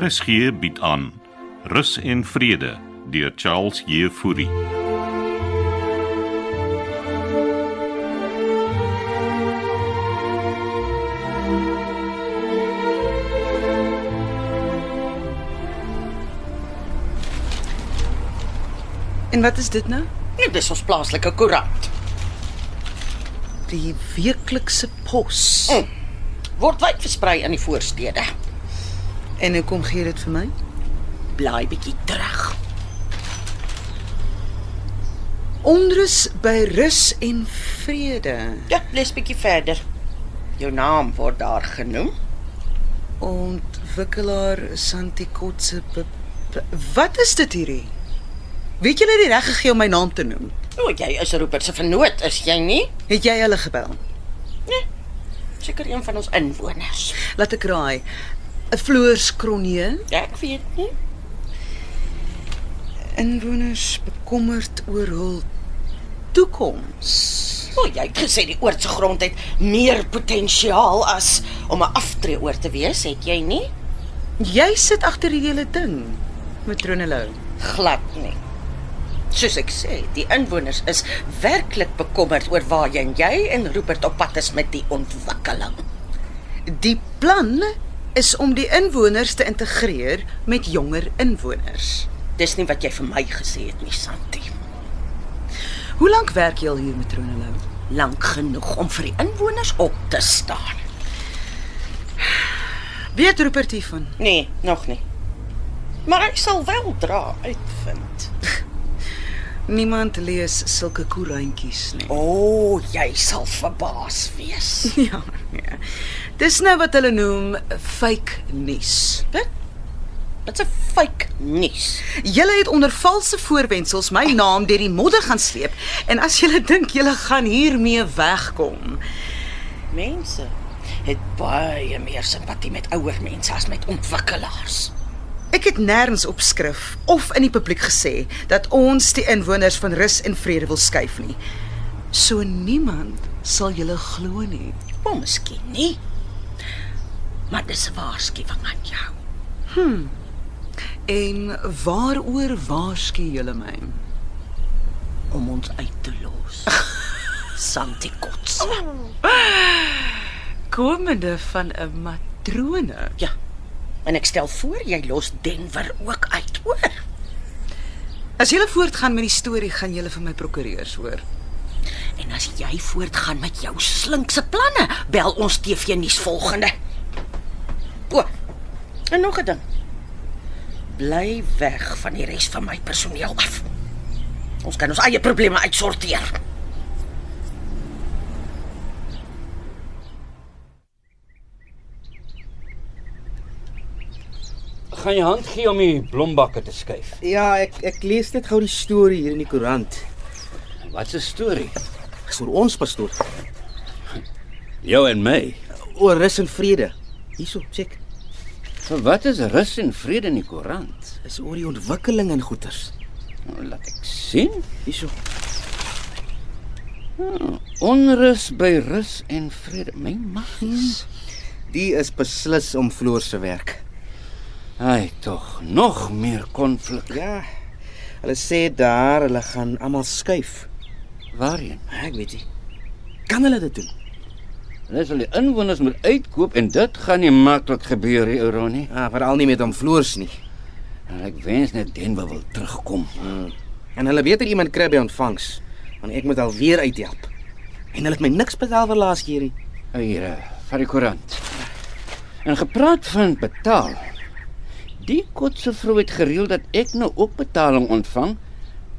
RSG bied aan Rus en Vrede deur Charles Jefouri. En wat is dit nou? Nee, dis ons plaaslike koerant. Die weeklikse pos. Mm. Word wyd versprei in die voorstede. En hoekom gee jy dit vir my? Blaai bietjie terug. Onrus by rus en vrede. Ja, lees bietjie verder. Jou naam word daar genoem. Ontwikkelaar Santikotse be- be- Wat is dit hierdie? Weet julle die reg gegee om my naam te noem? O, jy is Rupert se vernoot, is jy nie? Het jy hulle gebel? Seker een van ons inwoners. Laat ek raai. 'n Floors Kronje Ja, ek weet nie. inwoners bekommerd oor hul toekoms. O, jy het gesê die oord se grond het meer potensiaal as om 'n aftreeoor te wees, het jy nie? Jy sit agter die hele ding, matrone Lou. Glad nie. Soos ek sê, die inwoners is werklik bekommerd oor waarheen jy en Rupert op pad is met die ontwikkeling. Die plan is om die inwoners te integreer met jonger inwoners. Dis nie wat jy vir my gesê het nie, Santi. Hoe lank werk jy al hier met Ronelou? Lank genoeg om vir die inwoners op te staan. Weet Rupert hiervan? Nee, nog nie. Maar ek sal wel dra uitvind. Niemand lees sulke koerantjies nie. O, oh, jy sal verbaas wees. Ja, ja. Dis nou wat hulle noem fake nuus. Dit's 'n fake nuus. Julle het onder valse voorwendsels my naam deur die modder gaan sleep en as julle dink julle gaan hiermee wegkom. Mense het baie meer simpatie met ouer mense as met ontwikkelaars. Ek het nêrens op skrif of in die publiek gesê dat ons die inwoners van rus en vrede wil skuif nie. So niemand sal julle glo nie. Wel, miskien nie. Maar dis 'n waarskuwing aan jou. En waaroor waarsku julle my? om ons uit te los. Santi Kots. Komende van 'n matrone. Ja. En ek stel voor jy los Denver ook uit, hoor. As julle voortgaan met die storie, gaan julle van my prokureurs hoor. En as jy voortgaan met jou slinkse planne, bel ons TV nuus volgende. O. En nog 'n ding. Bly weg van die res van my personeel af. Ons kan ons eie probleme uitsorteer. Gaan jy hand gee om die blombakke te skuif? Ja, ek ek lees net gou die storie hier in die koerant. Wat 'n storie. Dis oor ons pastoor. Jou en my. Oor rus en vrede. Hierso, check. Vir wat is rus en vrede in die koerant? Dis oor die ontwikkeling in goeters. Nou, laat ek sien. Hmm, Hierso. Onrus by rus en vrede. My Hmm. maggies. Die is beslis om vloer se werk. Ai, tog nog meer konflik. Ja. Hulle sê daar hulle gaan almal skuif. Waarheen? Ek weet nie. Kan hulle dit doen? Hulle sal die inwoners moet uitkoop en dit gaan nie maklik gebeur hier, ou Ronnie. Ah, veral nie met om vloers nie. En ek wens net Denver wil terugkom. En hulle weet dat iemand kry by ontvangs, want ek moet alweer uithelp. En hulle het my niks betaal vir laas keer nie. Hier, eh, van die koerant. En gepraat van betaal. Die kotse vrou het gereël dat ek nou ook betaling ontvang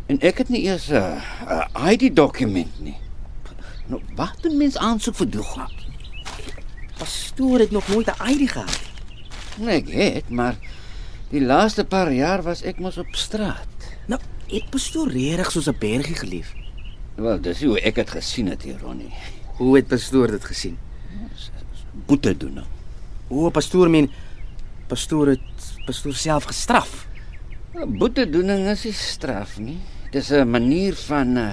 en ek het nie eers 'n uh, ID dokument nie. Nou wat doen mens aansoek vir doga? Pastoor het nog nooit 'n ID gehad. nie. Nee, ek het, maar die laaste paar jaar was ek mos op straat. Nou, het pastoor regtig soos 'n bergie geleef. Wel, dis nie hoe ek dit gesien het hier, Ronnie. Hoe het pastoor dit gesien? Boete doen nou. O, pastoor men pastoor het pastoor self gestraf. Nou, Boetedoening is nie straf nie. Dis 'n manier van uh,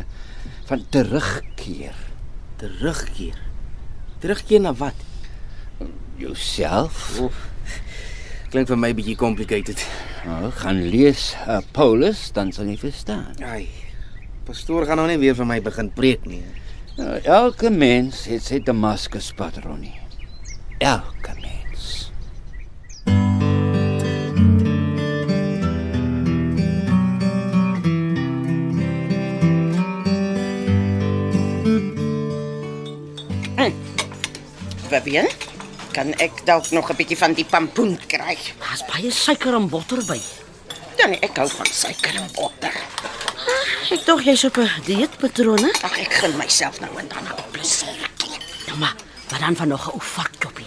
van terugkeer. Terugkeer. Terugkeer na wat? Jouself? Of Klink vir my bietjie complicated. Nou, gaan lees uh, Paulus, dan sal jy verstaan. Ai. Pastoor gaan nou nie weer vir my begin preek nie. Nou, elke mens het sy Damaskus pad, Ronnie. Elke mens. Fabian, kan ek dalk nog 'n bietjie van die pampoen kry? Daar's baie suiker en botter by. Ja nee, ek hou van suiker en botter. Ah, Ek dink jy's op 'n dieetpatroon, hè? Ag ek gun myself nou en dan 'n plesiertjie. Nou maar, wat dan van nog 'n ou vakjoppie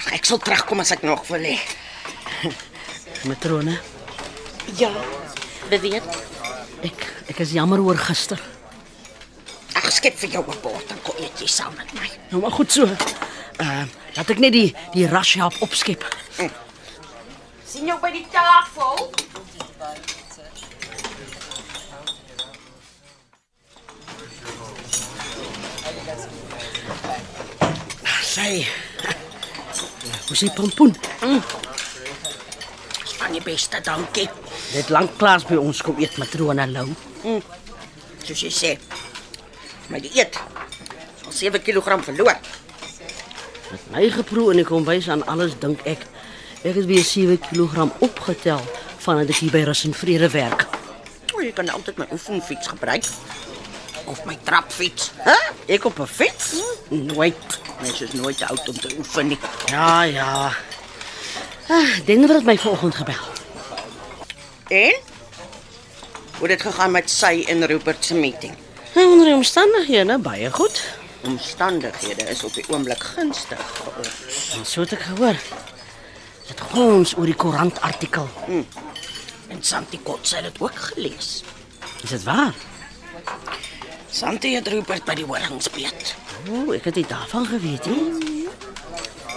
Ag Hm. ek sal terugkom as ek nog wil hê. matrone. Ja. Beweet. Ek ek is jammer oor gister. Ag skep vir jou 'n bord en kom eet jy saam met my. Nou maar goed so. Ehm, uh, laat ek net die die rasjap opskep. sien jou by die tafel. Ah, Sy. Hoe sien pompoen? Van die beste, dankie. Dit lank klaas by ons kom eet matrone Lou. Mm. Soos jy sê. My dieet. Al 7 kg verloor. My geproe in die kombuis aan alles dink ek. Ek het weer 7 kg opgetel vandat ek hier by Rus en Vrede werk. O, jy Oh, kan altyd my oefenfiets gebruik of my trapfiets. Hæ? Ek op 'n fiets? Nooit. Mens is nooit te oud om te oefen nie. Ja, ja. Ah, Denver het my vanoggend gebel. En hoe het dit gegaan met sy en Rupert se meeting? Nou, Onder die omstandighede baie goed. Omstandighede is op die oomblik gunstig vir ons. En so het ek gehoor. Dit gons oor die koerantartikel. Hm. En Santi Kotse het dit ook gelees. Is dit waar? Santi het Rupert by die horings beet. O, ek het dit daarvan geweet, hè?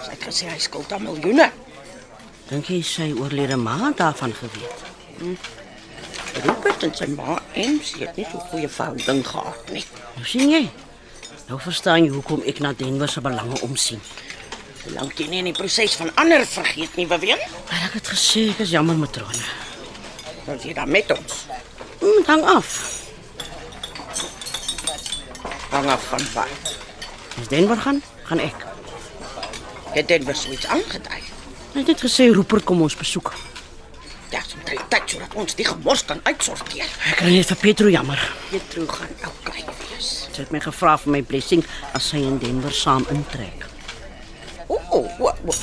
Sy het gesê hy skuld aan miljoene. Dink jy sy oorlede ma het daarvan geweet? Hm. Rupert en sy ma en sy het nie so 'n goeie verhouding gehad nie. Nou sien jy. Nou verstaan jy hoekom ek na Denver se belange omsien. Solank jy nie in die proses van ander vergeet nie, Beween, Maar ek het gesê ek is jammer matrone. dan is jy daar met ons. Hm, het hang af. Hang af van wat. As Denver gaan, gaan ek. Dit het was iets aangedui. Hy het net gesê Rupert kom ons besoek. Ja, soms drie tyd sodat ons die gemors kan uitsorteer. Ek kan net vir Petro jammer. Pietro gaan oukei wees. Sy het my gevra vir my blessing as sy in Denver saam intrek. O, o, o, o.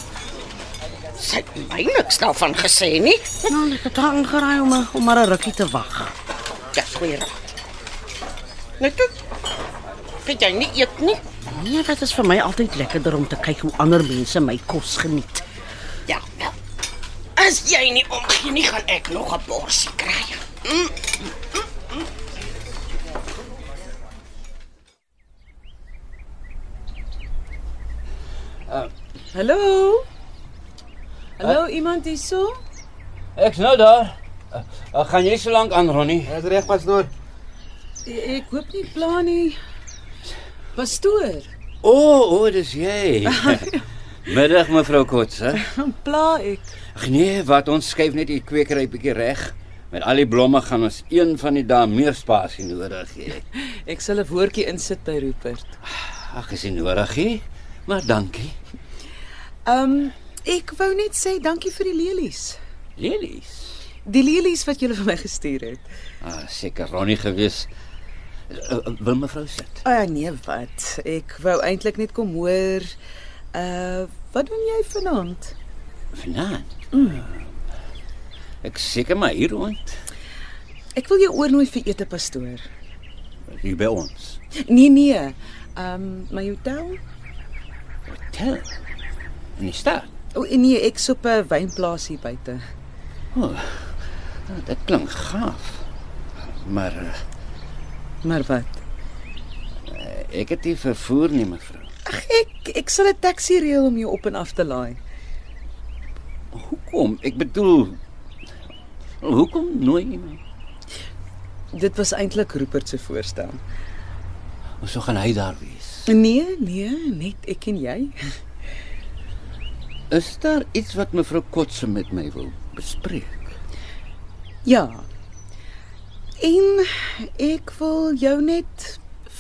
Sy het my niks daarvan gesê nie. Nou, ek het haar aangeraai om om maar 'n rukkie te wag. Ja, goeie raad. Nou toe. Kyk jy nie eet nie? Nee, dit is vir my altyd lekkerder om te kyk hoe ander mense my kos geniet. Ja, wel. As jy nie omgee nie, gaan ek nog 'n borsie kry. Hallo? Eh? Hallo, iemand hierso? Ek's nou daar. Uh, uh, gaan jy so lank aan, Ronnie? Dis reg, pastoor. E- Ek hoop nie pla nie. Pastoor, O, oh, o, oh, dis jy. Middag mevrou Kotse. pla ek. Ag nee, wat ons skuif net die kwekery bietjie reg. Met al die blomme gaan ons een van die dae meer spasie nodig hê. Ek sal 'n woordjie insit by Rupert. Ag, is nie nodig hê, maar dankie. Ehm, um, ek wou net sê dankie vir die lelies. Lelies. Die lelies wat julle vir my gestuur het. Ah, seker Ronnie gewees. Uh, uh, wil mevrou sit? O oh, nee, wat? Ek wou eintlik net kom hoor. Uh, wat doen jy vanaand? Vanaand. Eh, Ek seker maar hier rond, Ek wil jou oornooi vir ete, pastoor. hier by ons. Nee, nee. Ehm, um, my hotel? Hotel. In die stad. O oh, nee, ek's op 'n wynplaas hier buite. Nou, dit klink gaaf. Maar uh, Maar wat? ek het nie vervoer nie, mevrou. Ag ek ek sal 'n taxi reël om jou op en af te laai. Hoekom? Ek bedoel hoekom nooi jy my? Dit was eintlik Rupert se voorstel. Ons so gaan hy daar wees. Nee, nee, net ek en jy. Is daar iets wat mevrou Kotse met my wil bespreek? Ja. En ek wil jou net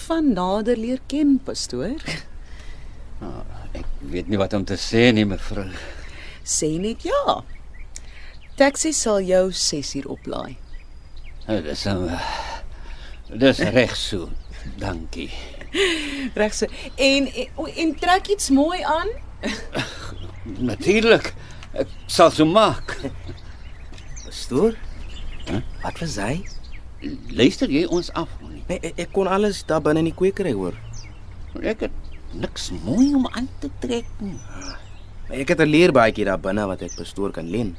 van nader leer ken, pastoor. Ek weet nie wat om te sê nie, mevrou. Sê net ja. Taxi sal jou 6 uur oplaai. Nou, Dis 'n Dis reg so. Dankie. Reg so. En en, o, en trek iets mooi aan. Natuurlik. Ek sal so maak. Pastoor? Wat was hy? Luister jy ons af? Honnie? Nee, ek, ek kon alles daar binne in die kwekery hoor. Ek het niks mooi om aan te trek nie. Maar Ek het 'n leerbaadjie daar binne wat ek pastoor kan leen.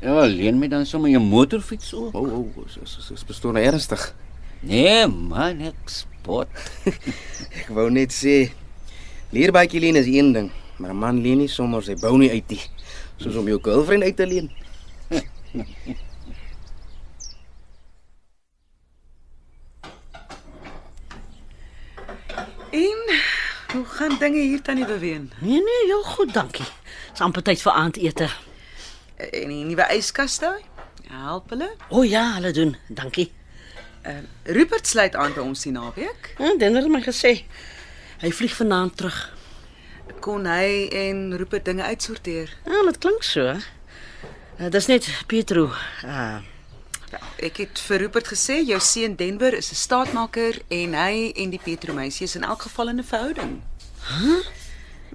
Ja, leen my dan sommer jou motorfiets op. O, oh, oh, is, is, is pastoor nou ernstig? Nee, man, ek spot. Ek wou net sê leerbaadjie leen is een ding, maar 'n man leen nie sommer sy bou nie uit nie. Soos om jou girlfriend uit te leen. En hoe gaan dinge hier tannie beween? Nee nee, heel goed, dankie. Dis amper tyd vir aandete. En die nuwe yskas daai? Help hulle. O Oh ja, hulle doen. Dankie. Rupert sluit aan by ons die naweek. Ja, Denner Hm, het my gesê. Hy vlieg vanaand terug. Kon hy en Rupert dinge uitsorteer? Ja, dit klink so. Uh, dis net Pietro. Uh, Ek het vir Rupert gesê jou seun Denver is 'n staatmaker en hy en die Petro meisie is in elk geval in 'n verhouding. Hm.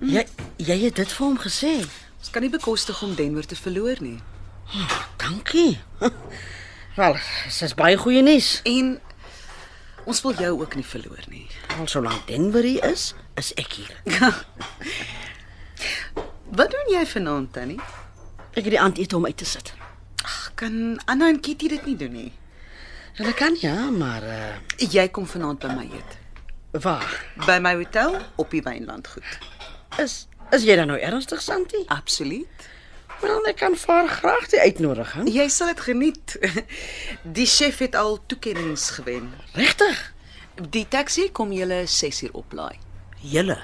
jy jy het dit vir hom gesê. Ons kan nie bekostig om Denver te verloor nie. Dankie. Wel, dit is baie goeie nuus. En ons wil jou ook nie verloor nie. Al solank Denver hier is, is ek hier. Wat doen jy vanaand, Tannie? Ek het die aandete om uit te sit. Ag, kan Anna en Kitty dit nie doen nie. Hulle kan ja, maar uh, Jy kom vanaand by my eet. waar? By my hotel op die Wynland goed. Is is jy dan nou ernstig, Santi? Absoluut. Wel, ek kan vir haar graag die uitnodiging. Jy sal dit geniet. Die chef het al toekennings gewen. Regtig? Die taxi kom julle 6uur oplaai. Julle.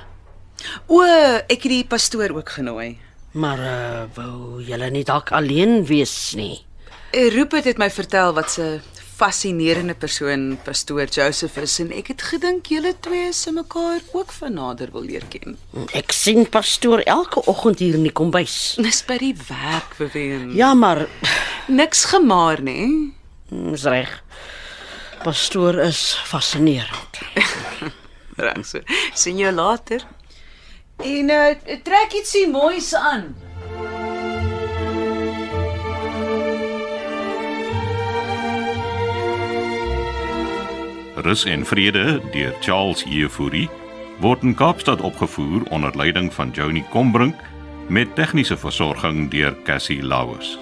O, ek het die pastoor ook genooi. Maar uh, wou julle nie dalk alleen wees nie? Eh, Rupert het my vertel wat 'n fascinerende persoon pastoor Joseph is en ek het gedink julle twee se mekaar ook van nader wil leer ken. Ek sien pastoor elke oggend hier in die kombuis. Dis by die werk bewen. Ja, maar mm, Niks gemaar nê? is reg. Pastoor is fascinerend. Reg so. Sien jou later. En uh, trek ietsie moois aan. Rus en Vrede deur Charles Jefouri word in Kaapstad opgevoer onder leiding van Johnny Combrink met tegniese versorging deur Cassie Lauers.